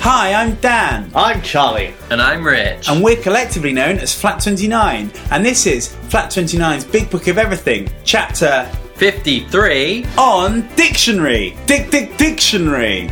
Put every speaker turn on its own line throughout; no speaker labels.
Hi, I'm Dan,
I'm Charlie.
And I'm Rich.
and we're collectively known as Flat 29, and this is Flat 29's Big Book of Everything, chapter
53.
on Dictionary. Dick Dick Dictionary.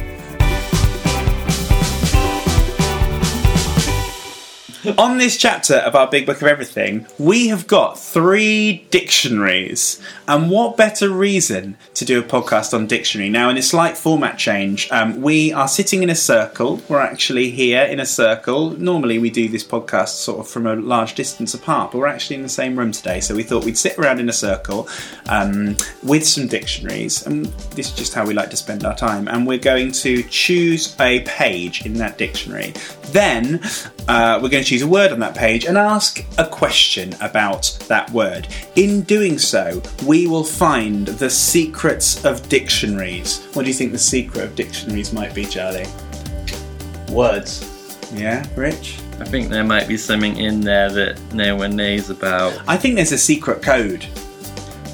On this chapter of our Big Book of Everything, we have got three dictionaries. And what better reason to do a podcast on dictionary? Now, in a slight format change, um, we are sitting in a circle. We're actually here in a circle. Normally, we do this podcast sort of from a large distance apart, but we're actually in the same room today. So we thought we'd sit around in a circle um, with some dictionaries. And this is just how we like to spend our time. And we're going to choose a page in that dictionary. Then uh, we're going to choose a word on that page and ask a question about that word. In doing so, we will find the secrets of dictionaries. What do you think the secret of dictionaries might be, Charlie?
Words.
Yeah, Rich?
I think there might be something in there that no one knows about.
I think there's a secret code.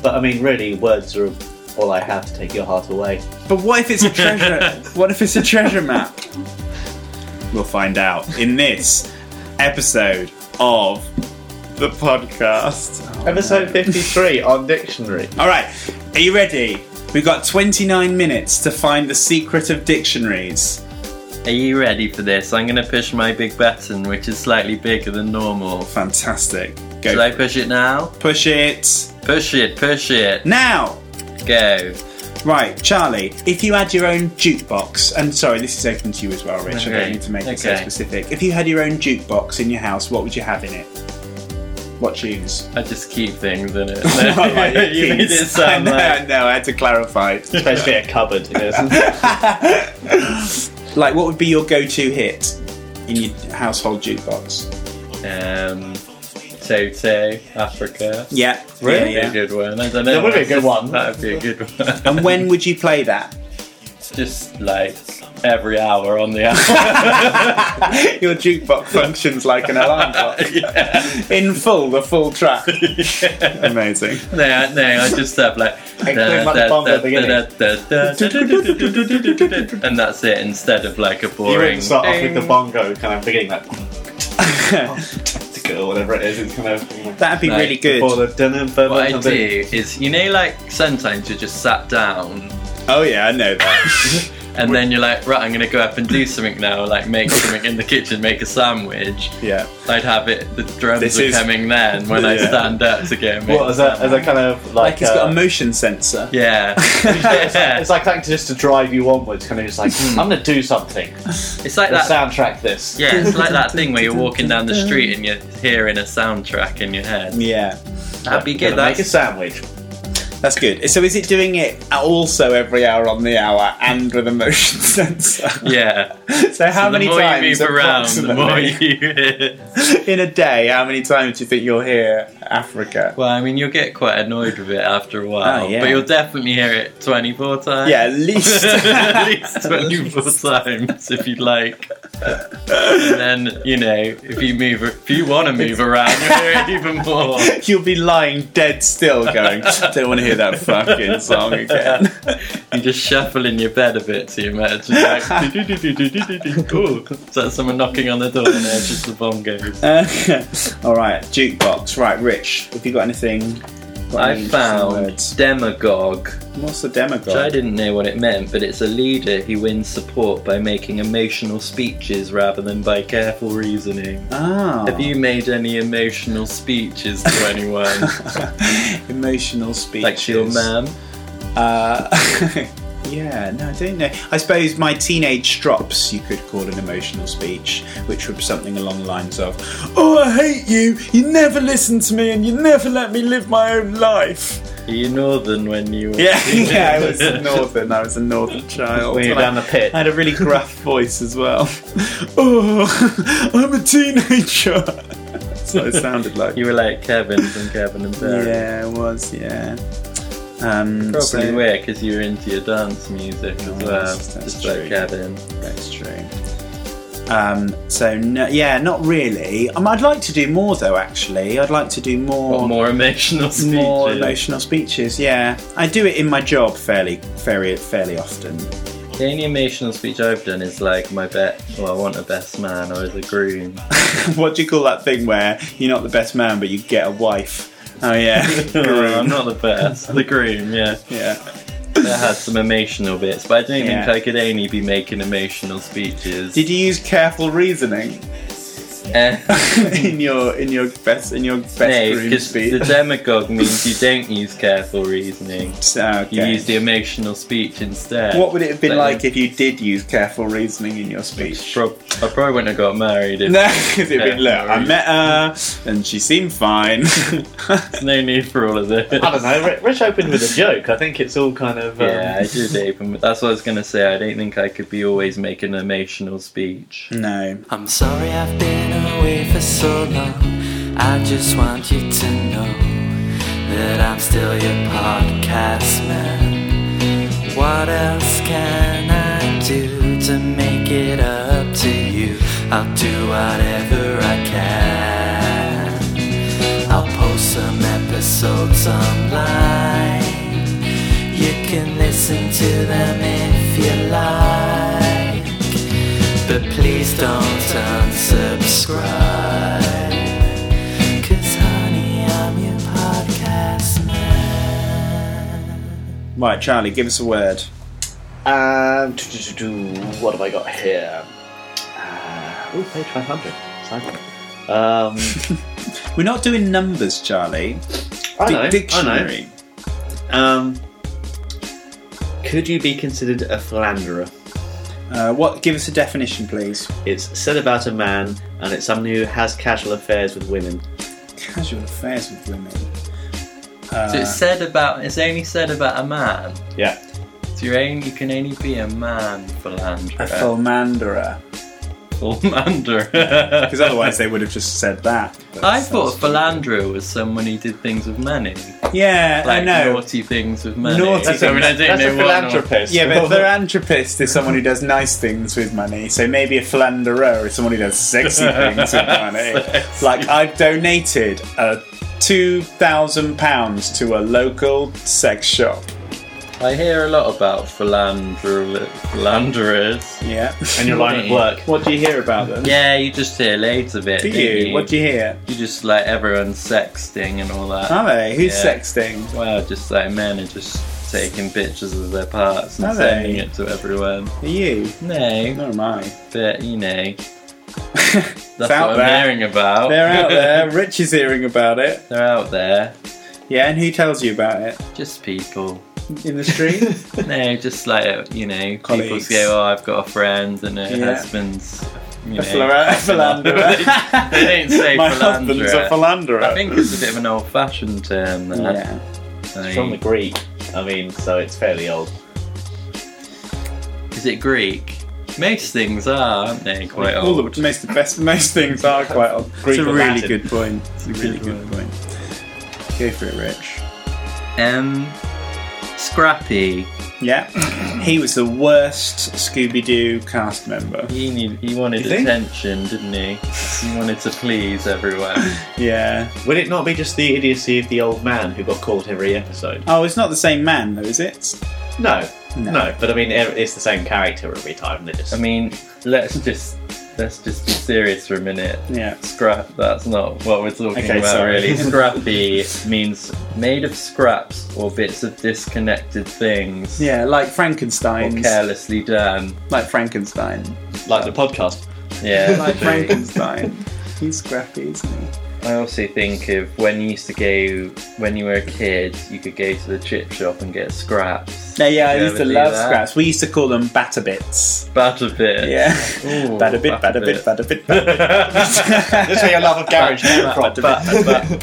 But I mean, really, words are all I have to take your heart away.
But what if it's a treasure? what if it's a treasure map? We'll find out in this episode of the podcast.
Oh,
Episode 53 on Dictionary.
All right, are you ready? We've got 29 minutes to find the secret of dictionaries.
Are you ready for this? I'm going to push my big button, which is slightly bigger than normal.
Fantastic. Go.
Should I push it now?
Push it
Push it, push it.
now.
Go.
Right, Charlie, if you had your own jukebox, and sorry, this is open to you as well, Rich, I don't
Okay,
need to make it so
okay.
specific. If you had your own jukebox in your house, what would you have in it? What tunes?
I just keep things in it.
Not like the
you made it
keys. I
sound
know,
like.
I know, I had to clarify.
Supposed to be a cupboard. It is.
like, what would be your go to hit in your household jukebox?
Um, Toto, Africa.
Yeah,
Really
yeah,
a
yeah.
good one. I don't know.
That would be a good one.
That would be a good one.
And when would you play that?
just like every hour on the hour.
Your jukebox functions like an alarm clock.
yeah.
In full, the full track. Amazing.
No, I- no, I just have like.
Hey, play Mother Bomb at the
da-da-da-da-da-da-da-da-da-da-da-da-da-da-da. And that's it instead of like a
You
boring.
would start off with the
ding.
bongo kind of beginning, like, or whatever it is. It's kind of. You know,
That'd be
Like,
really good.
before the dinner, but
What I do is, you know, like sometimes you're just sat down
Oh yeah, I know that.
and then you're like, right, I'm going to go up and do something now, like make something in the kitchen, make a sandwich.
yeah.
I'd have it, the drums
This
are
is-
coming then when I
Yeah.
stand up to go and make
What, as a, as a kind of like.
Like it's got
uh,
a motion sensor.
Yeah.
it's like, it's like that just to drive you onwards, kind of just like, I'm going to do something.
It's Hmm. like
I'll
that.
soundtrack this.
Yeah, it's like that thing where you're walking down the street and you're hearing a soundtrack in your head.
Yeah.
That'd be
Gonna
good.
Make a
That's,
sandwich.
That's good. So is it doing it also every hour on the hour and with a motion sensor?
yeah.
So how
the
many
more
times
you move around, the more
approximately,
you hear.
in a day? How many times do you think you'll hear Africa?
Well, I mean, you'll get quite annoyed with it after a while,
Oh, yeah.
but you'll definitely hear it 24 times.
Yeah, at least.
At least 24 times if you'd like. And then, you know, if you move, if you want to move around, you'll hear it even more.
You'll be lying dead still, going. Don't want to hear that fucking song again.
You just shuffle in your bed a bit to imagine. Like, Ooh, is that someone knocking on the door and there's just the bongos?
Uh, all right, jukebox. Right, Rich. Have you got anything? got
I
any
found
words?
demagogue, which
What's the demagogue?
I didn't know what it meant, but it's a leader who wins support by making emotional speeches rather than by careful reasoning.
Ah.
Have you made any emotional speeches to anyone?
Emotional speeches.
like to your mum?
Uh, yeah, no, I don't know. I suppose my teenage drops you could call an emotional speech, which would be something along the lines of, "Oh, I hate you. You never listen to me, and you never let me live my own life."
Are you northern when you were
Yeah, yeah. I was northern. I was a northern child.
When you're
and I-
down the pit.
I had a really gruff voice as well. Oh, I'm a teenager. That's what it sounded like.
You were like Kevin from Kevin and Barry.
Yeah, it was. Yeah. Um,
Probably
so-
were because you were into your dance music as
Oh,
well,
that's- that's
just
true.
like Kevin.
That's true. Um, so no, yeah, not really. Um, I'd like to do more though. Actually, I'd like to do more.
What more emotional speeches?
more emotional speeches, yeah. I do it in my job fairly, fairly, fairly often.
The only emotional speech I've done is like my bet. Well, I want a best man or as a groom.
What do you call that thing where you're not the best man but you get a wife? Oh yeah,
Oh, I'm not the best. The groom, yeah.
yeah.
That had some emotional bits, but I don't
Yeah.
think I could only be making emotional speeches.
Did you use careful reasoning
Uh,
in your in your best in your best
No,
room
because the
speech?
demagogue means you don't use careful reasoning.
Ah,
You
okay.
use the emotional speech instead.
What would it have been
But
like if you did use careful reasoning in your speech?
Prob- I probably wouldn't have got married. If-
No, because it'd been
Yeah,
look, I
no
met her and she seemed fine.
There's no need for all of this.
I don't know. Ri- Rich opened with a joke. I think it's all kind of. Um,
Yeah, I did open. That's what I was gonna say. I don't think I could be always making an emotional speech.
no,
I'm sorry I've been away for so long. I just want you to know that I'm still your podcast man. What else can I do to make it up to you? I'll do whatever I can. I'll post some episodes online. You can listen to them if you like. But please don't unsubscribe. Cause honey, I'm your podcast man.
right, Charlie, give us a word.
Um, do, do, do, do, what have I got here? Uh, ooh, page 500. Slide one. Um,
We're not doing numbers, Charlie.
I
Di-
know, I
dictionary.
know. Um, could you be considered a philanderer?
Uh, what? Give us a definition, please.
It's said about a man, and it's someone who has casual affairs with women.
Casual affairs with women. Uh.
so it's said about. It's only said about a man.
Yeah.
So you're only, you can only be a man philanderer.
A philanderer.
Philander.
Because otherwise they would have just said that. But
I
that's-
thought philanderer was someone who did things with money.
Yeah,
Like
I know.
naughty things with money.
Naughty
So, I mean, I don't
That's a
know what naughty-
philanthropist.
Yeah, but philanthropist is someone who does nice things with money. So maybe a philanderer is someone who does sexy things with money.
Sexy.
Like I've donated uh, two thousand pounds to a local sex shop.
I hear a lot about philanderer, philanderers.
Yeah.
And your line of work.
what do you hear about them?
Yeah, you just hear loads of it.
Do
don't
you? What do you hear?
You just like everyone's sexting and all that.
Are they? Who's
Yeah.
sexting?
Well, just like men are just taking pictures of their parts and
Are they?
sending it to everyone.
Are you?
No,
Nor am I.
but you know, that's
out
what
there.
I'm hearing about.
They're out there. Rich is hearing about it.
They're out there.
Yeah, and who tells you about it?
Just people.
In the street?
No, just like you know, people
Colleagues.
say, "Oh, I've got a friend and her
Yeah.
husband's."
a
You know,
phila- philanderer.
they don't say
My
philanderer.
husband's a philanderer.
I think it's a bit of an old-fashioned term. That,
Yeah.
Like,
From the Greek. I mean, so it's fairly old.
Is it Greek? Most things are, aren't they? Quite
All
old.
the, most, the best, most things are quite odd. it's
Greek
a
or
really
Latin.
good point. It's a really good point. Go for it, Rich.
Um, Scrappy.
Yeah. he was the worst Scooby Doo cast member.
He need, he wanted
You think?
attention, didn't he? He wanted to please everyone.
Yeah.
Would it not be just the idiocy of the old man who got caught every episode?
Oh, it's not the same man, though, is it?
No,
No.
no. but I mean, e- it's the same character every time. They just.
I mean, let's just let's just be serious for a minute.
Yeah.
Scrap. That's not what we're talking
Okay,
about,
sorry.
really. Scrappy means made of scraps or bits of disconnected things.
Yeah, like
Or
Frankenstein.
carelessly done.
Like Frankenstein.
like the podcast.
Yeah.
Like
true.
Frankenstein. He's scrappy, isn't he?
I also think of when you used to go when you were a kid, you could go to the chip shop and get scraps.
No, yeah, I
Did you
used to
ever do
love
that?
scraps. We used to call them batter bits.
Batter bits.
Yeah.
Ooh,
Batter bit, batter
batter
bit,
bit.
batter bit, batter
That's where your love of garage came from.
bit. Batter bit,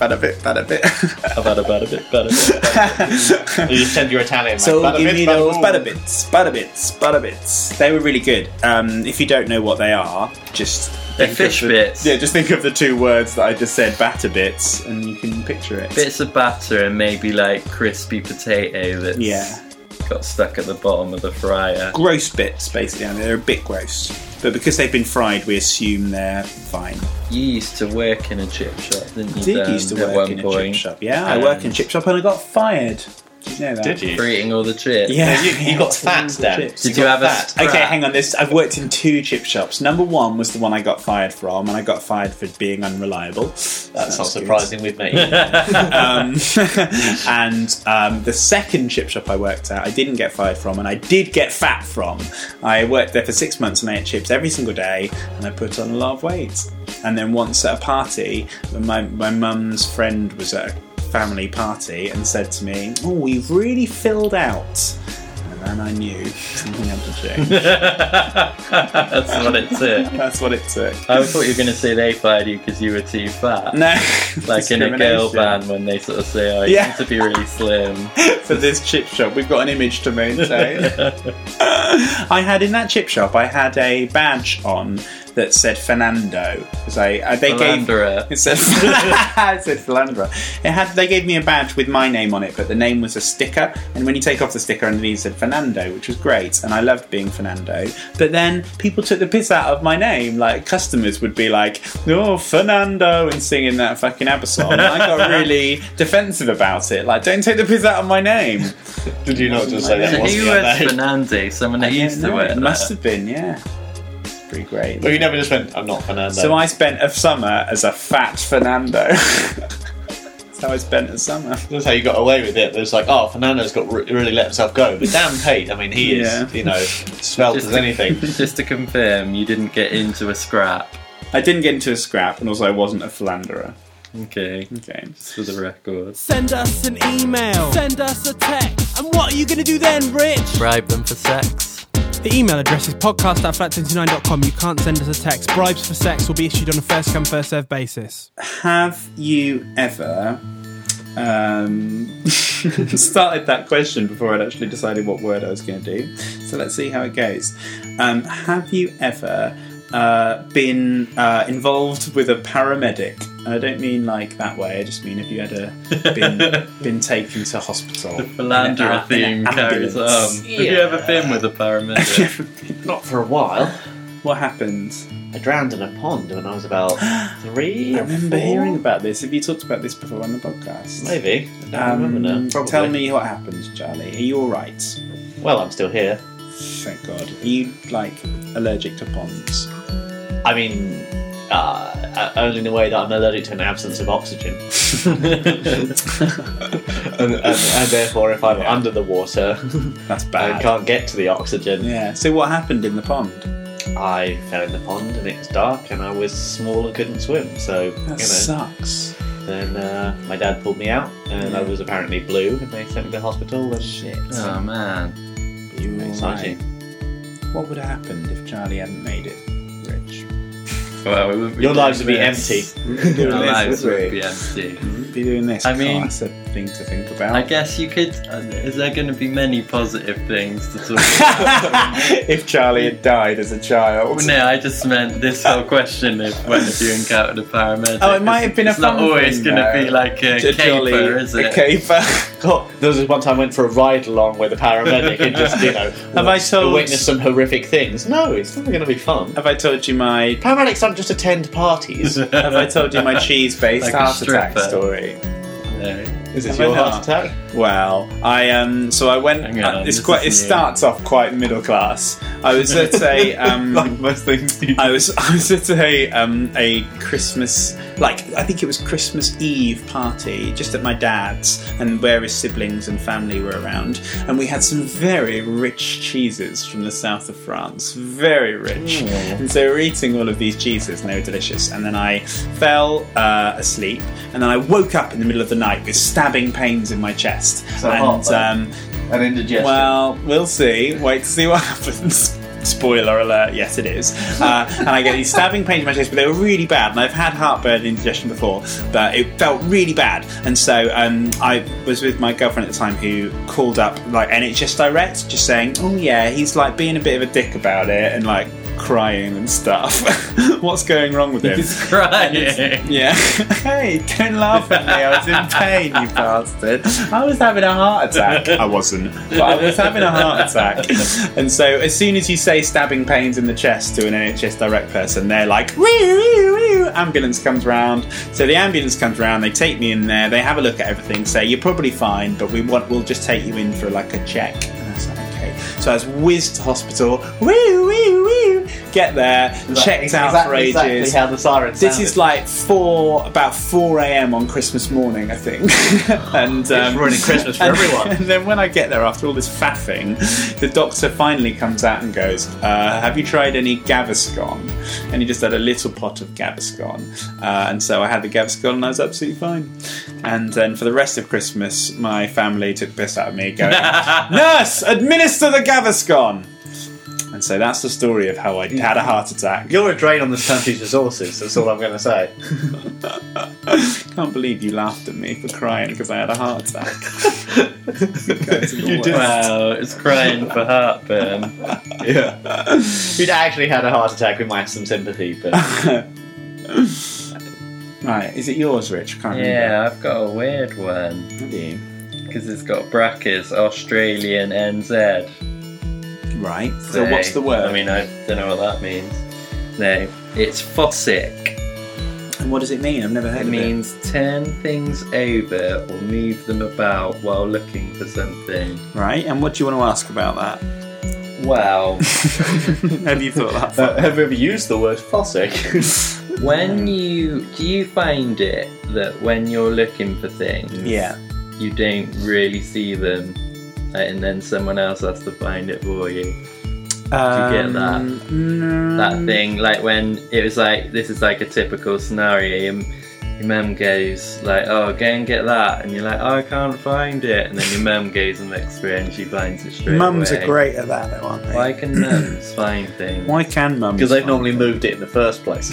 batter bit, batter bit.
I've had a bad bit, bad bit.
you send your Italian.
So
like,
give
"Bada
me
bits, bada
those
boom."
butter bits, butter bits, butter bits. They were really good. Um, if you don't know what they are, just
They're
think of
fish
the-
bits.
Yeah, just think of the two words that I just said, batter bits, and you can picture it.
Bits of batter and maybe like crispy potato that's
Yeah,
got stuck at the bottom of the fryer.
gross bits basically. I mean, they're a bit gross, but because they've been fried, we assume they're fine.
You used to work in a chip shop, didn't you?
did
Dan,
used to
at
work
one
in a
point? Um,
chip shop. Yeah, I worked in a chip shop and I got fired. Did you know that?
Did you?
for eating all the chips.
Yeah.
You, you got fat then.
Chips.
Did you
You got
have a
fat.
fat?
Okay, hang on. This I've worked in two chip shops. Number one was the one I got fired from, and I got fired for being unreliable.
That's not surprising with me.
Um, and um, the second chip shop I worked at, I didn't get fired from, and I did get fat from. I worked there for six months and I ate chips every single day, and I put on a lot of weight. And then once at a party, my my mum's friend was at a family party and said to me, "Oh, we've really filled out." And then I knew something had to change.
That's what it took.
That's what it took.
I thought you were going to say they fired you because you were too fat.
No,
Like in a girl
discrimination.
band when they sort of say, oh, you
Yeah.
need to be really slim.
for this chip shop. We've got an image to maintain. I had in that chip shop. I had a badge on that said Fernando because I uh, they gave.
Philanderer.
It said, it said Philandra. It had they gave me a badge with my name on it, but the name was a sticker. And when you take off the sticker underneath, it said Fernando, which was great, and I loved being Fernando. But then people took the piss out of my name. Like customers would be like, "Oh, Fernando," and singing that fucking ABBA song. And I got really defensive about it. Like, don't take the piss out of my name.
Did you not just say that? wasn't
Who
your
was
name?
Fernando? Someone that used to
No,
wear
it must
that.
have been, yeah. It's pretty great.
Well, you never just went. I'm not Fernando.
So I spent a summer as a fat Fernando. That's how I spent a summer.
That's how you got away with it. It was like, oh, Fernando's got re- really let himself go. But damn Tate, I mean, he
Yeah.
is, you know, svelte
Just
as
to-
anything.
Just to confirm, you didn't get into a scrap.
I didn't get into a scrap, and also I wasn't a philanderer.
Okay,
Okay.
just for the record.
Send us an email. Send us a text. And what are you going to do then, Rich?
Bribe them for sex.
The email address is podcast at flat29.com. You can't send us a text. Bribes for sex will be issued on a first come, first served basis.
Have you ever um, started that question before I'd actually decided what word I was going to do? So let's see how it goes. Um, have you ever uh, been uh, involved with a paramedic? And I don't mean like that way. I just mean have you ever been been taken to hospital? In a-
Philanderer theme
in an
carries on.
ambulance.
Have you ever been with a paramedic?
Not for a while.
What happened?
I drowned in a pond when I was about three.
I
or
remember
four?
hearing about this. Have you talked about this before on the podcast?
Maybe. I don't remember
Um,
now. Probably.
tell me what happened, Charlie. Are you all right?
Well, I'm still here.
Thank God. Are you like allergic to ponds?
I mean, uh, only in the way that I'm allergic to an absence of oxygen. and, and, and therefore, if I'm
Yeah.
under the water
That's
and
bad.
can't get to the oxygen,
Yeah. So what happened in the pond?
I fell in the pond and it was dark and I was small and couldn't swim. So,
That
you know,
sucks.
then uh, my dad pulled me out and I was apparently blue and they sent me to hospital and shit.
oh man.
You were
Exciting.
right. What would have happened if Charlie hadn't made it? Rich.
Well, we wouldn't be
Your
doing
lives would be
this.
empty.
Be doing
Our
this,
lives
would we?
would be empty.
Wouldn't Be doing this.
I mean-
Class, a thing to think about.
I guess you could. Uh, is there going to be many positive things to talk about?
if Charlie had died as a child.
no, I just meant this whole question of when have you encountered a paramedic?
Oh, it might have been a
It's not
fun
always
thing,
going to
though.
be like a,
It's a
caper,
jolly-
is it?
A caper.
God, Oh, there was this one time I went for a ride along with a paramedic and just, you know,
Have I told-
witnessed some horrific things. No, it's not going to be fun.
Have I told you my
Paramedics don't just attend parties.
Have I told you my cheese-based
Like a
heart attack
stripper.
story?
No.
Is
Have
this
I
your
not?
heart attack?
Well, I um, so I went.
Hang on,
uh,
this
it's quite. It
is new.
starts off quite middle class. I was at a um,
most things you
I was I was at a um, a Christmas like I think it was Christmas Eve party just at my dad's and where his siblings and family were around and we had some very rich cheeses from the south of France very rich and so we were eating all of these cheeses and they were delicious and then I fell uh, asleep and then I woke up in the middle of the night with stabbing pains in my chest and
hot, though.
um,
An indigestion.
well, we'll see. Wait to see what happens. Spoiler alert, yes, it is. Uh, and I get these stabbing pains in my chest, but they were really bad. And I've had heartburn and indigestion before, but it felt really bad. And so um, I was with my girlfriend at the time who called up like NHS Direct, just saying, oh, yeah, he's like being a bit of a dick about it and like crying and stuff. What's going wrong with him?
He's crying.
Yeah. hey, don't laugh at me. I was in pain, you bastard. I was having a heart attack. I wasn't, but I was having a heart attack. And so, as soon as you say stabbing pains in the chest to an NHS direct person, they're like, woo, woo, woo. Ambulance comes round. So the ambulance comes round. They take me in there. They have a look at everything. Say you're probably fine, but we want we'll just take you in for like a check. And I was like, okay. So I was whizzed to hospital. Woo, woo, woo. Get there, checked out for
exactly,
ages.
exactly how the sirens
This is like four, about four a.m. on Christmas morning, I think. and um,
ruining Christmas for
and-
everyone.
And then when I get there after all this faffing, the doctor finally comes out and goes, uh, "Have you tried any Gaviscon?" And he just had a little pot of Gaviscon, uh, and so I had the Gaviscon and I was absolutely fine. And then for the rest of Christmas, my family took the piss out of me, going, "Nurse, administer the Gaviscon." And so that's the story of how I had a heart attack.
You're a drain on this country's resources. That's all I'm going to say.
can't believe you laughed at me for crying because I had a heart attack.
You did.
Wow, it's crying for heartburn.
Yeah.
You'd actually had a heart attack. We might have some sympathy, but
right, is it yours, Rich? Can't
Yeah, I've got a weird one
remember. Yeah.
because it's got brackets Australian NZ.
Right. So what's the word?
I mean, I don't know what that means. No, it's fossick.
and what does it mean? I've never heard
It
of
means turn things over or move them about while looking for something.
it. Right. And what do you want to ask about that?
Well,
Have you thought that?
uh, have we ever used the word fossick?
when you do you find it that when you're looking for things,
yeah.
you don't really see them, like, and then someone else has to find it for you. get that?
Um, mm.
That thing, like when it was like this is like a typical scenario. Your, your mum goes like, "Oh, go and get that," and you're like, "Oh, I can't find it," and then your mum goes and looks for it and she finds it straight
Mums
away.
are great at that, though, aren't they?
Why can mums find things?
Why can mums?
Because they've normally moved it in the first place.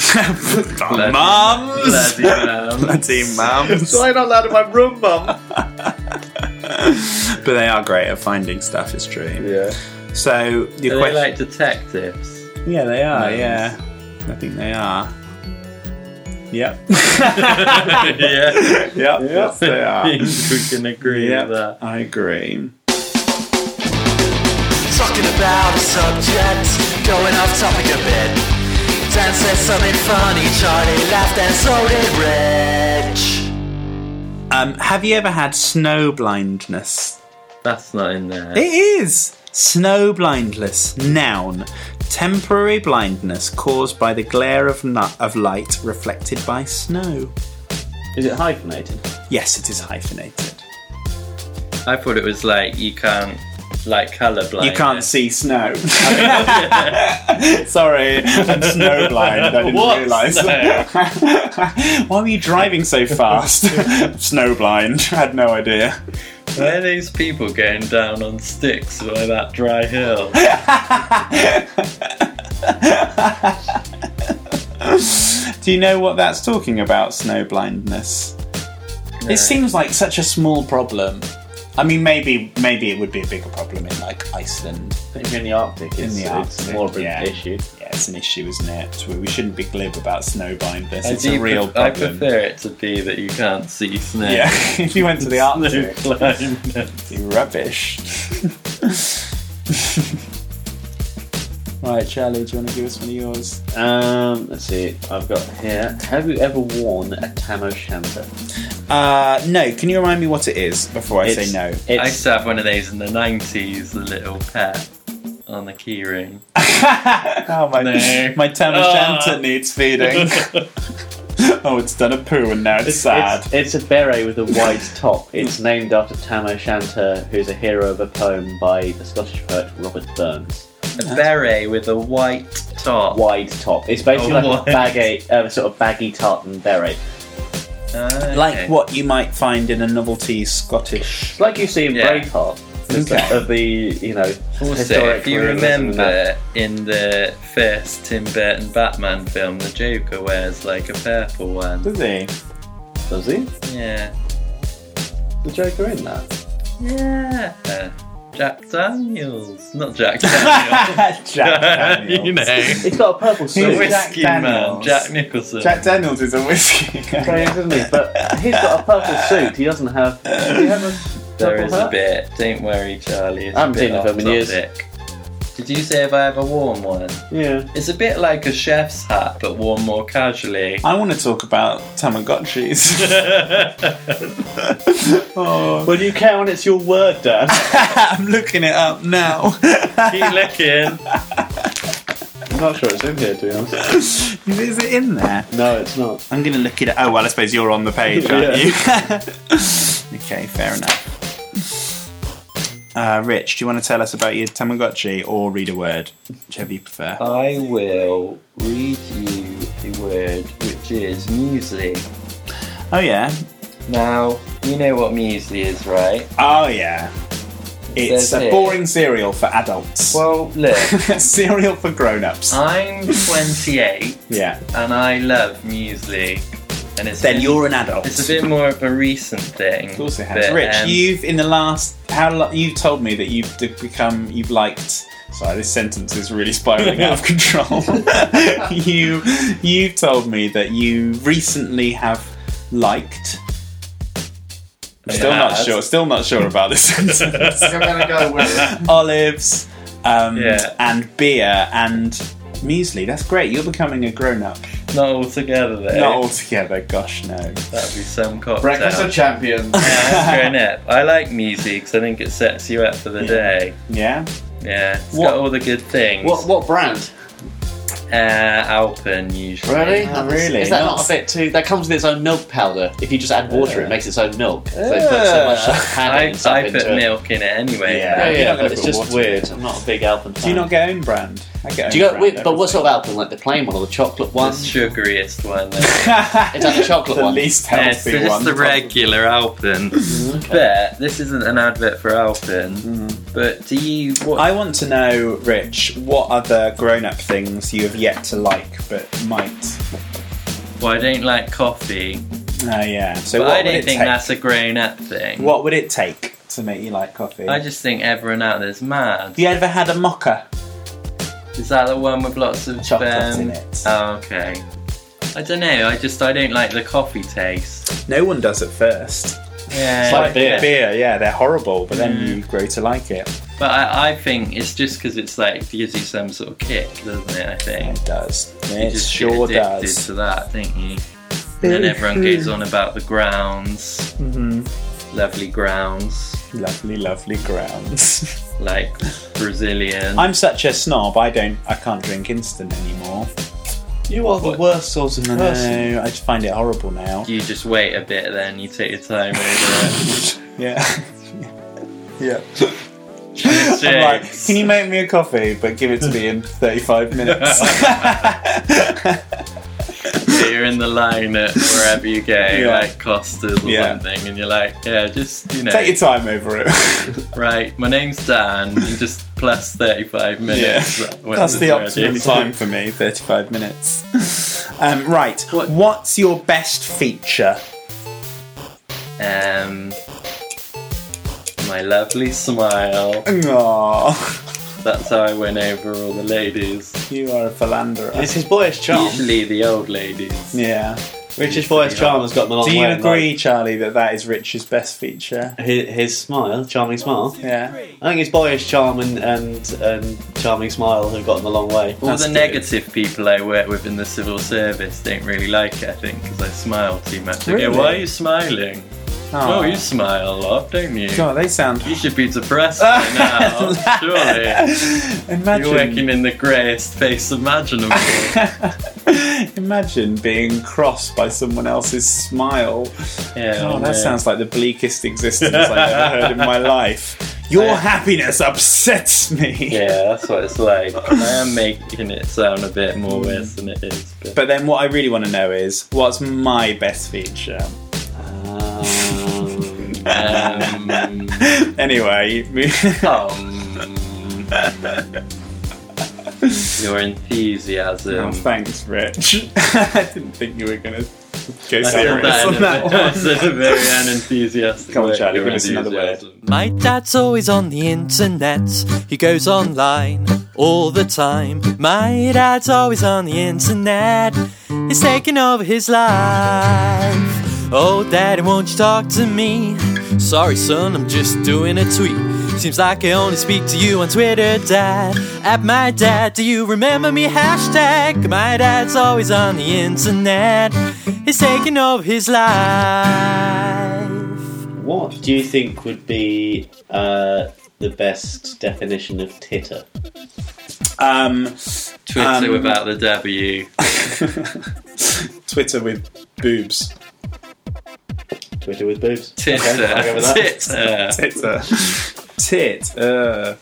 Bloody-
mums.
Bloody mums.
Bloody mums.
I'm not allowed in my room, mum.
but they are great at finding stuff. It's true.
Yeah.
So your
Are they
question.
like detectives?
Yeah, they are.
Nice.
Yeah, I think they are. Yep.
yeah,
yep. Yes, they
I
are.
think we can agree with
yep.
that.
I agree.
Talking about a subject, going off topic a bit. Dan said something funny, Charlie laughed and so did Rich.
Um, have you ever had snow blindness?
That's not in there.
It is snow blindness. Noun. Temporary blindness caused by the glare of, nu- of light reflected by snow.
Is it hyphenated?
Yes, it is hyphenated.
I thought it was like you can't, like colorblind.
You can't see snow. Sorry, I'm snowblind. I didn't
What?
realise.
No.
Why were you driving so fast? snowblind. I had no idea.
Why are those people going down on sticks by that dry hill?
Do you know what that's talking about? Snowblindness. It seems like such a small problem. I mean, maybe maybe it would be a bigger problem in like Iceland.
If you're in the Arctic, it's,
the
it's
Arctic,
more of an
yeah.
issue.
Yeah, it's an issue, isn't it? We we shouldn't be glib about snowblindness.
I
It's
do
a real
pref- I
problem.
prefer it to be that you can't see snow.
yeah, if you went to the
Snow
Arctic,
climb.
You rubbish. right, Charlie, do you want to give us one of yours?
Um, let's see. I've got here. Have you ever worn a tam o' shanter?
Uh, no. Can you remind me what it is before I say no?
I
It's
used to have one of those in the 90s, the little pet on the keyring.
oh my!
No.
My tam o'
Ah.
shanter needs feeding. oh, it's done a poo and now it's, sad.
It's, it's a beret with a wide top. It's named after Tam O'Shanter, who's a hero of a poem by the Scottish poet Robert Burns.
Uh-huh.
A beret with a white top.
Wide top. It's basically
Oh,
like a
wide.
baggy, uh, sort of baggy tartan beret,
Ah, okay.
Like what you might find in a novelty Scottish.
like you see in
Yeah.
Braveheart. It's
Okay.
like Of the you know
Also,
historic
if you
realism and that.
remember in the first Tim Burton Batman film, the Joker wears like a purple one.
Does he?
does he
Yeah.
the Joker in that?
Yeah. Jack Daniels. Not Jack Daniels.
Jack Daniels.
you know.
He's got a purple
The
Who's
suit,
Jack
whiskey man,
Daniels?
Jack Nicholson.
Jack Daniels is a whiskey.
isn't he? But he's got a purple suit. He doesn't have. Does he have a
there
purple
is a
hat?
bit. Don't worry, Charlie. It's
I haven't
a bit
seen the film in
off
years.
topic. Did you say have I ever worn one?
Yeah.
It's a bit like a chef's hat, but worn more casually.
I want to talk about Tamagotchis. oh,
Well, you count it's your word, Dan.
I'm looking it up now.
Keep looking.
I'm not sure it's in here, to be honest.
is it in there?
No, it's not.
I'm going to look it up. Oh, well, I suppose you're on the page, aren't you? okay, fair enough. Uh, Rich, do you want to tell us about your Tamagotchi or read a word? Whichever you prefer.
I will read you the word, which is muesli.
Oh, yeah.
Now, you know what muesli is, right?
Oh, yeah. It's
There's
a
it.
boring cereal for adults.
Well, Uh. look,
cereal for grown ups.
I'm 28
yeah.
and I love muesli. And it's
Then
been-
you're an adult.
It's a bit more of a recent thing. um,
Of course it has. Rich, you've in the last how lo- you've told me that you've d- become you've liked. Sorry, this sentence is really spiraling out of control. you you've told me that you recently have liked. I'm still not
Yes.
sure. Still not sure about this sentence.
I'm gonna go with
Olives, um,
Yeah.
and beer and muesli. That's great. You're becoming a grown up.
Not all together though.
Not altogether. Gosh no.
That'd be some cocktail.
Breakfast of Champions.
yeah, that's growing up. I like muesli because I think it sets you up for the day.
Yeah.
Yeah, it's
What-
got all the good things.
What what brand?
Uh, Alpen usually.
Really?
Oh, really?
Is that not
Nice.
a bit too? That comes with its own milk powder. If you just add water, it makes its own milk. So they put so much like,
I,
honey and stuff
I
into
put
it.
milk in it anyway.
Yeah.
Yeah,
You're
yeah,
not gonna
but it's
put
just
water
weird. I'm not a big Alpen fan.
Do you not get own brand? I get.
Do you
own
go,
brand
wait, but what
everything.
sort of Alpen? Like the plain one or the chocolate one?
The sugariest one. though.
Is that the chocolate
the
one?
least
yeah, it's
healthy
just
one.
the regular Alpen. But this isn't an advert for Alpen. But do you? What,
I want to know, Rich, what other grown-up things you have yet to like but might.
well, I don't like coffee.
Oh yeah. So
But
what
I
would
don't
it
think
take?
that's a grown-up thing.
What would it take to make you like coffee?
I
Have
just think everyone out there's mad.
you ever had a mocha?
Is that the one with lots of
Chocolate
um,
in it.
Oh, okay. I don't know. I just I don't like the coffee taste.
No one does at first.
Yeah,
It's like
yeah.
beer.
Beer, yeah, they're horrible, but then
Mm.
you grow to like it.
But I, I think it's just because it's like gives you some sort of kick, doesn't it? I think.
It does.
You
It
just
sure
get addicted
does.
to that, don't you? And then everyone goes on about the grounds,
hmm
lovely grounds,
Lovely, lovely grounds.
like Brazilian.
I'm such a snob. I don't. I can't drink instant anymore.
You are the
What?
worst sort of person.
No, I just find it horrible now.
you just wait a bit, then you take your time over it.
Yeah. yeah.
Cheers.
I'm like, can you make me a coffee, but give it to me in 35 minutes?
you're in the line at wherever you go,
Yeah.
like Costas or
Yeah.
something, and you're like, yeah, just you know,
Take your time over it.
right. My name's Dan. You just plus thirty-five minutes. when
That's
it's
the
ready.
optimum time for me, 35 minutes. Um, right,
What-
what's your best feature?
Um, my lovely smile.
Aw,
That's how I win over all the ladies.
you are a philanderer.
It's his boyish
Oh.
charm.
Usually the old ladies.
Yeah.
Richard's boyish charm has got him a long
Do you
way in life.
agree, Charlie, that that is Rich's best feature?
His, his smile, charming smile.
Yeah.
I think his boyish charm and, and, and charming smile have gotten a long way.
All
That's
the
good.
negative people I work with in the civil service don't really like it, I think, because I smile too much. They
Really? Ah.
go, why are you smiling?
Aw.
Oh, you smile a lot, don't you?
God, they sound.
You should be depressed by now, surely.
Imagine.
You're working in the greyest face imaginable.
Imagine being crossed by someone else's smile.
Yeah,
Oh,
man.
that sounds like the bleakest existence I've ever heard in my life. Your
Yeah.
happiness upsets me.
Yeah, that's what it's like. I am making it sound a bit more worse than it is. But,
But then, what I really want to know is what's my best feature?
Um,
um,
anyway, move-
um, your enthusiasm. Um,
Oh, thanks, Rich. I didn't think you were going to Go
I said
serious
that in
on
a-
that
I
one.
said a very unenthusiastic.
Come on,
way.
Charlie, give us another word.
Enthusiasm.
My dad's always on the internet. He goes online all the time. My dad's always on the internet. It's taking over his life. Oh, daddy, won't you talk to me? Sorry, son, I'm just doing a tweet. Seems like I only speak to you on Twitter, dad. At my dad, do you remember me? Hashtag. My dad's always on the internet. It's taking over his life.
What do you think would be uh, the best definition of titter?
Um,
Twitter
Um,
without the W.
Twitter with boobs.
Twitter with boobs.
Titter.
Okay, I'll go
uh,
with that.
Titter.
Titter. Tit. Uh.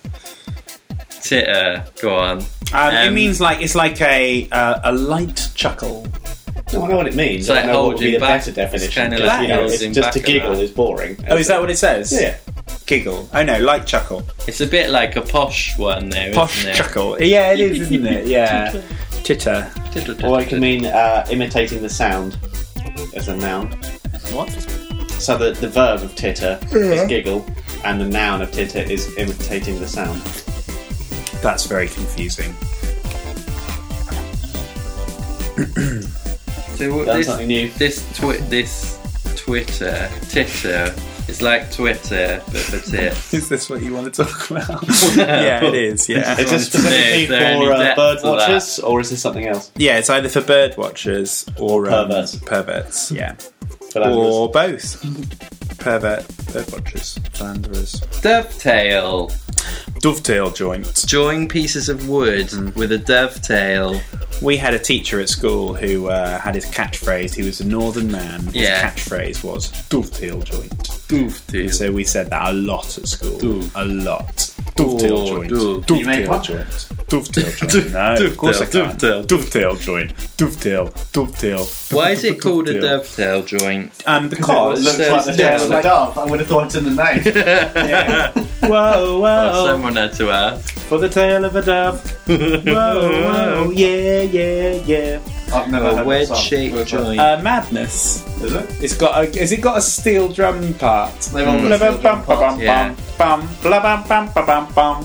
Titter. Go on.
Um, it
Um,
means like it's like a uh, a light chuckle.
No, I know what it means.
It's like
I don't know what would
holding
be the
back.
better
It's
definition.
kind of
That is-
like
you know, it's
holding
just
back
to
a
giggle
lot.
is boring.
Oh, is that what it says?
Yeah.
Giggle. Oh no, light chuckle.
It's a bit like a posh one there,
Posh
isn't it?
chuckle. Yeah, it is, isn't it? Yeah. Titter.
Titter, titter,
Or it can
titter.
mean uh, imitating the sound as a noun.
What?
So the, the verb of titter is giggle, and the noun of titter is imitating the sound.
That's very confusing.
So what-
That's
this,
something new.
this twi- this Twitter titter. It's like Twitter, but for tits.
Is this what you want to talk about? yeah, it is. Yeah.
Is this
wanted to know
specifically
if there are
for
any
uh,
depths
bird
to that.
watchers, or is this something else?
Yeah, it's either for bird watchers or um,
Perverts.
Perverts, yeah,
Philanders.
or both. Pervert, bird watchers, philanderers,
Dovetail.
dovetail joint.
Join pieces of wood
Mm.
with a dovetail.
We had a teacher at school who uh, had his catchphrase. He was a northern man. His
Yeah.
catchprise was dovetail joint.
Dovetail.
So we said that a lot at school.
Dove.
A lot. Dovetail
Oh,
joint.
dove.
Dovetail
You make one?
joint. Dovetail joint. No, of course I can't.
Dovetail,
Dovetail joint. Dovetail. Dovetail.
Why is it called a dovetail joint?
Um, because.
looks like the tail of a
I would have thought it's in the name.
Whoa, whoa.
Someone had to ask.
For the tail of a dove. Whoa, whoa. Yeah, yeah, yeah.
I've never
A wedge shaped joint.
Uh, madness.
Is it?
It's got a. Has it got a steel drum part?
They've all
Mm.
Blah,
got
blah,
steel drum
bum, ba, bum,
parts.
Yeah.
bum, bum, blah, bum, bum, ba, bum, bum.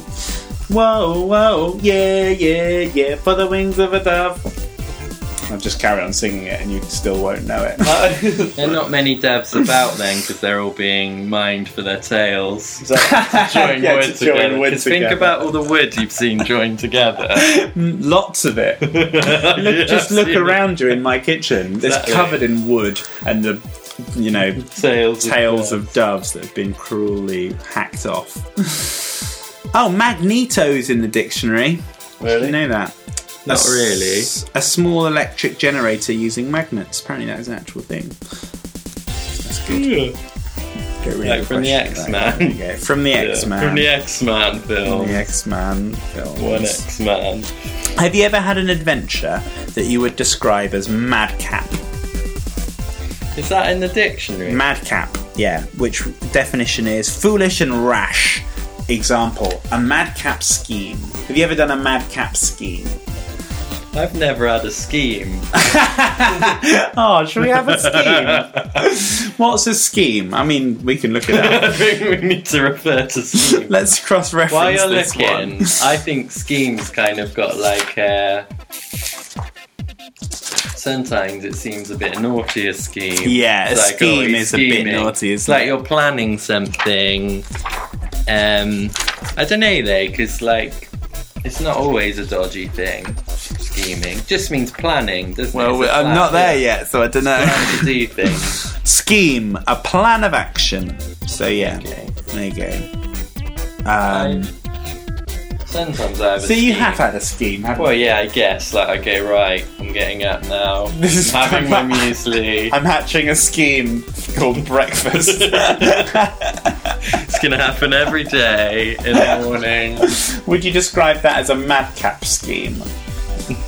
Whoa, whoa, yeah, yeah, yeah, for the wings of a dove. I'll just carry on singing it, and you still won't know it.
there are not many devs about then because they're all being mined for their tails. Join
Yeah,
wood
to join
together.
wood
'Cause
together.
Think about all the wood you've seen joined together.
Lots of it. Look, just look around you in my kitchen. It's
Exactly.
covered in wood, and the you know
Tails.
tails of doves that have been cruelly hacked off. oh, Magneto's in the dictionary. Did you
Really?
know that?
Not
s-
really.
A small electric generator using magnets. Apparently, that is an actual thing. That's good. Get rid of
Like from
question
the
about
X-Man.
that. Okay, From the X Man.
From the X Man film.
X Man film.
One X Man.
Have you ever had an adventure that you would describe as madcap?
Is that in the dictionary?
Madcap, yeah, which definition is foolish and rash. Example, a madcap scheme. Have you ever done a madcap scheme?
I've never had a scheme.
Oh, should we have a scheme? What's a scheme? I mean, we can look it up.
I think we need to refer to scheme.
Let's cross reference
While you're
this
looking,
one.
I think schemes kind of got like. Uh, sometimes it seems a bit naughty a scheme.
Yeah, a
It's oh,
scheme is
he's
a bit naughty,
It's
isn't
like
it?
you're planning something. Um, I don't know though, because like it's not always a dodgy thing. Scheming just means planning, doesn't it?
Well,
It's a
I'm
plan,
not there
yeah.
yet, so I don't know.
Plan to do things.
scheme, a plan of action. So yeah,
Okay.
there you go. Um,
I- sometimes I have. a
so you
scheme.
have had a scheme, haven't
Well,
you?
yeah, I guess. Like, okay, right, I'm getting up now.
This is
I'm having my muesli.
I'm hatching a scheme called breakfast.
It's gonna happen every day in the morning.
Would you describe that as a madcap scheme?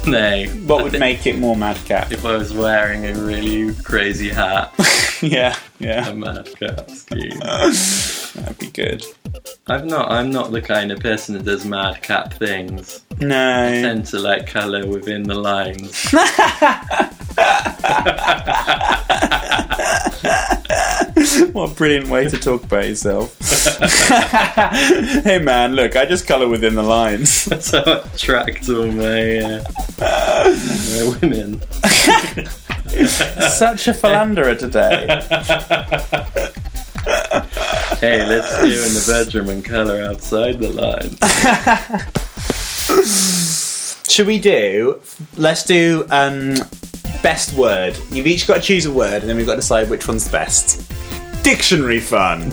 No.
What
I
would
think
make it more madcap?
If I was wearing a really crazy hat,
yeah, yeah,
a madcap scheme.
that'd be good.
I'm not. I'm not the kind of person that does madcap things.
No,
Tend to like colour within the lines.
What a brilliant way to talk about yourself. hey man, look, I just colour within the lines.
That's how I attract all my, uh, my women.
Such a philanderer today.
Hey, let's do in the bedroom and colour outside the lines.
Should we do? Let's do um, best word. You've each got to choose a word, and then we've got to decide which one's the best. Dictionary fun.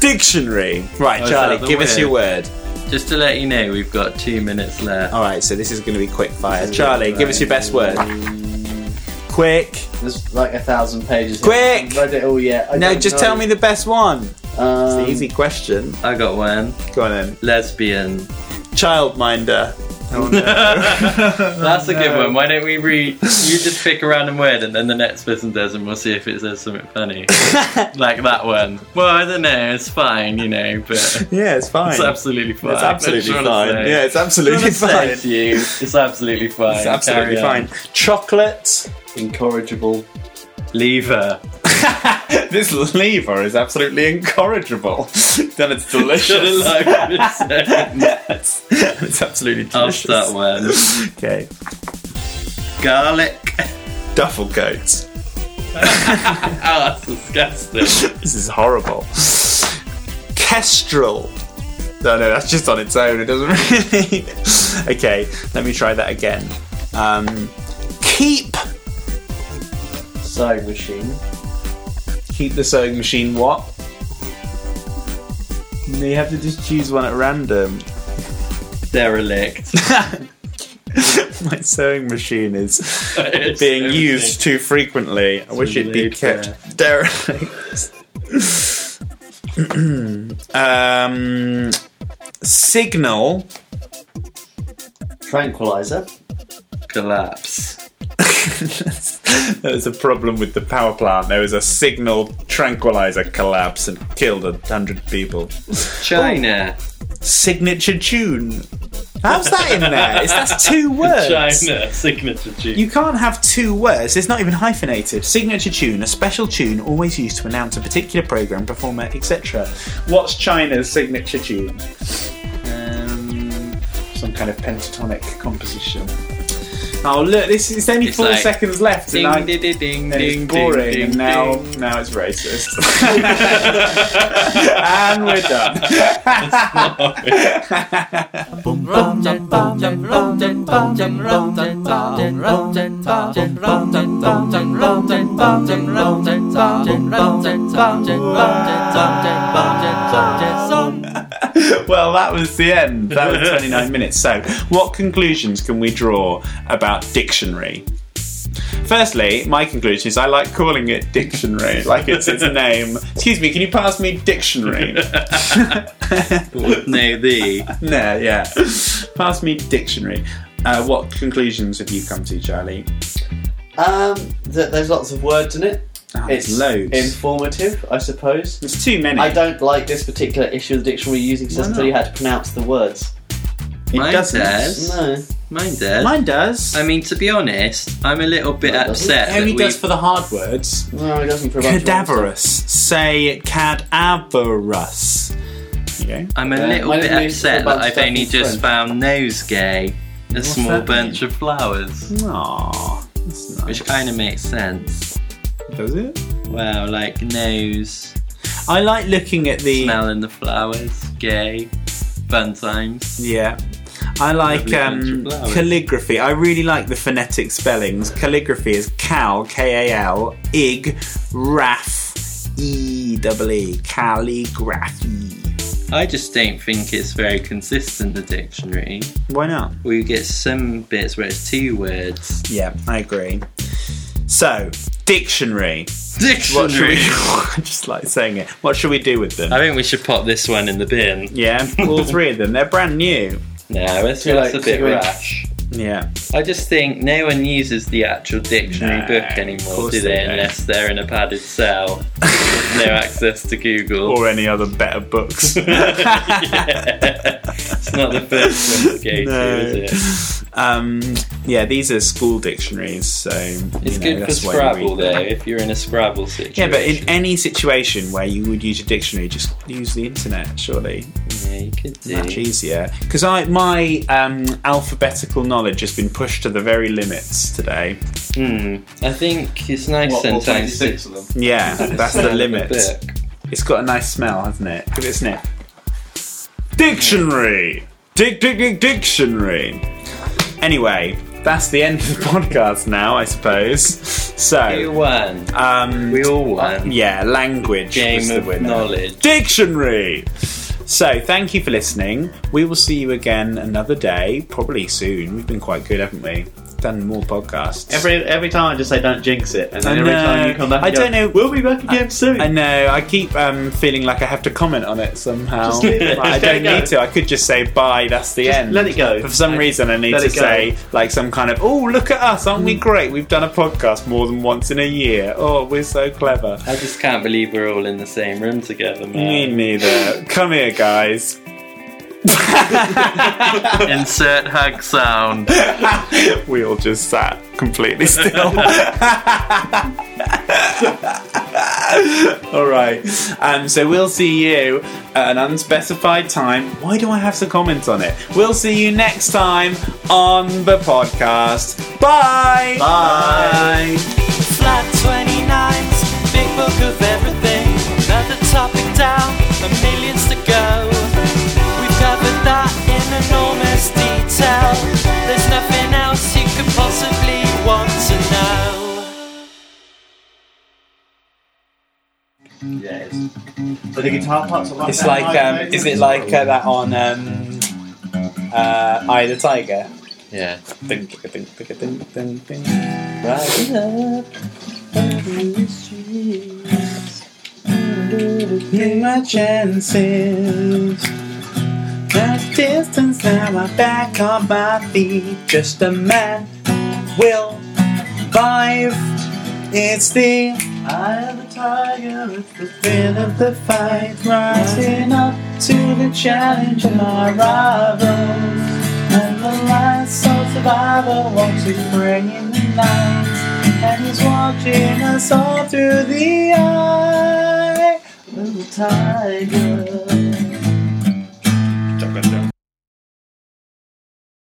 Dictionary. Right,
Oh, is
Charlie,
that the
give us
word?
your word.
Just to let you know, we've got two minutes left.
All right, so this is going to be quick fire. Charlie, give us your best word. Quick.
There's like a thousand pages.
Quick!
I haven't Read it all yet. I
No,
don't
just
know.
tell me the best one. It's
Um,
the easy question.
I got one.
Go on then.
Lesbian.
Childminder. Oh,
That's a good one. Why don't we read? You just pick a random word and then the next person does, and we'll see if it says something funny. like that one. Well, I don't know. It's fine, you know, but
Yeah, it's fine.
it's absolutely fine.
It's absolutely
I'm trying to
fine.
say-
Yeah, it's
I'm
absolutely
trying to say
fine.
to you, it's absolutely fine.
It's absolutely
Carry on.
fine. Chocolate.
incorrigible.
Leave her.
this lever is absolutely incorrigible. then it's
Shut
delicious.
alive for a second.
Yes. it's absolutely
I'll
delicious.
start one.
Okay.
Garlic.
Duffel coats.
Oh, that's disgusting.
This is horrible. Kestrel. No, no, that's just on its own. It doesn't really. okay, let me try that again. Um, keep.
Sewing machine.
Keep the sewing machine what? No, you have to just choose one at random.
Derelict.
My sewing machine is
It's
being
everything.
used too frequently. I wish it'd be
laid
kept derelict. um, signal.
Tranquilizer.
Collapse.
there was a problem with the power plant. There was a signal tranquilizer collapse and killed a hundred people.
China.
Signature tune. How's that in there? It's, that's two words.
China. Signature tune.
You can't have two words. It's not even hyphenated. Signature tune, a special tune always used to announce a particular program, performer, etc. What's China's signature tune? Um, some kind of pentatonic composition. Oh look, this is it's only
It's
four
like-
seconds left,
Ding,
and, I,
ding, ding, ding,
and it's
ding,
boring.
ding,
and now,
ding.
now it's racist. and we're done. Well, that was the end. That was 29 minutes. So, what conclusions can we draw about dictionary? Firstly, my conclusion is I like calling it dictionary, like it's its name. Excuse me, can you pass me dictionary?
No, the.
no, yeah. Pass me dictionary. Uh, what conclusions have you come to, Charlie?
Um, th- there's lots of words in it.
Oh,
It's
loads.
informative, I suppose.
It's too many.
I don't like this particular issue of the dictionary using system
not?
telling you how to pronounce the words.
It
Mine
doesn't.
does.
No.
Mine does.
Mine does.
I mean, to be honest, I'm a little bit
Mine doesn't.
upset
it
that
only
we.
does for the hard words.
No, it doesn't for a bunch of other stuff.
Cadaverous. Say cadaverous. There you go.
I'm a
Uh,
little
mine
bit
doesn't use
upset
the bunch
that
of
I've
stuff
only
in
just
French.
found Nosegay, a small
that
bunch of flowers,
Aww. That's nice.
which kind of makes sense.
Does it?
Wow, like nose,
I like looking at the.
smelling the flowers, gay, fun times.
Yeah. I like
Lovely bunch
um,
of flowers.
calligraphy. I really like the phonetic spellings. Calligraphy is cal, K A L, ig, raf, E double E, calligraphy.
I just don't think it's very consistent. The dictionary,
Why not?
we get some bits where it's two words.
Yeah, I agree. So, dictionary. What should we?
Dictionary.
I just like saying it. What should we do with them?
I think we should pop this one in the bin.
Yeah, all three of them. They're brand new.
No, that's,
Too
that's
late
a bit
to rush.
rash.
Yeah.
I just think no one uses the actual dictionary
No,
book
of
anymore,
course
do
they
they?
don't.
Unless they're in a padded cell, with no access to Google.
Or any other better books.
Yeah. It's not the first one to go
No.
to, is it?
Um, yeah, these are school dictionaries, so
It's
you know,
good for
that's why we
Scrabble
read them.
though, if you're in a Scrabble
Yeah,
situation.
but in any situation where you would use a dictionary, just use the internet. Surely,
yeah, you could do.
much easier. Because I my um, alphabetical knowledge has been pushed to the very limits today.
I think it's nice
What, all
sometimes to
26 of them?
Yeah, that's the
have a
limit.
book.
It's got a nice smell, hasn't it? Give it a sniff. Dictionary! Dic dic dic dictionary! Anyway, that's the end of the podcast now, I suppose.
You
So,
won.
um,
We all won.
yeah, language was
Game
the
of
winner.
knowledge.
Dictionary! So, thank you for listening. We will see you again another day, probably soon. We've been quite good, haven't we? Done more podcasts.
Every every time I just say don't jinx it, and then
I
every
know.
time you come back,
I
and go,
don't know-
We'll be back again soon.
I know. I keep um, feeling like I have to comment on it somehow.
Just leave it.
I
Just let
don't
it go.
need to. I could just say bye. That's the
Just
end.
let it go.
For some
I-
reason, I need
let
to
it go. Mm.
say like some kind of "Oh, look at us! Aren't we great? We've done a podcast more than once in a year. Oh, we're so clever."
I just can't believe we're all in the same room together,
Uh,
Me
man.
neither. Come here, guys.
Insert hug sound.
We all just sat completely still. all right. Um, so we'll see you at an unspecified time. Why do I have to comment on it? We'll see you next time on the podcast. Bye. Bye.
Flat 29's big book of everything. Another topic down, and millions to go. We've covered that in enormous detail. There's nothing else you could possibly want to know.
Yes.
But the guitar parts are like
It's
that
like, um,
high,
is it like uh, that on um, uh, Eye of the Tiger?
Yeah.
Ding, ding, ding, ding, ding, ding. Take my chances. The distance now my back on my feet. Just a man will survive. It's the eye of the tiger, it's the thrill of the fight. Rising up to the challenge of my rivals. And the last sole survivor walks his prey in the night. And he's watching us all through the eye of the tiger.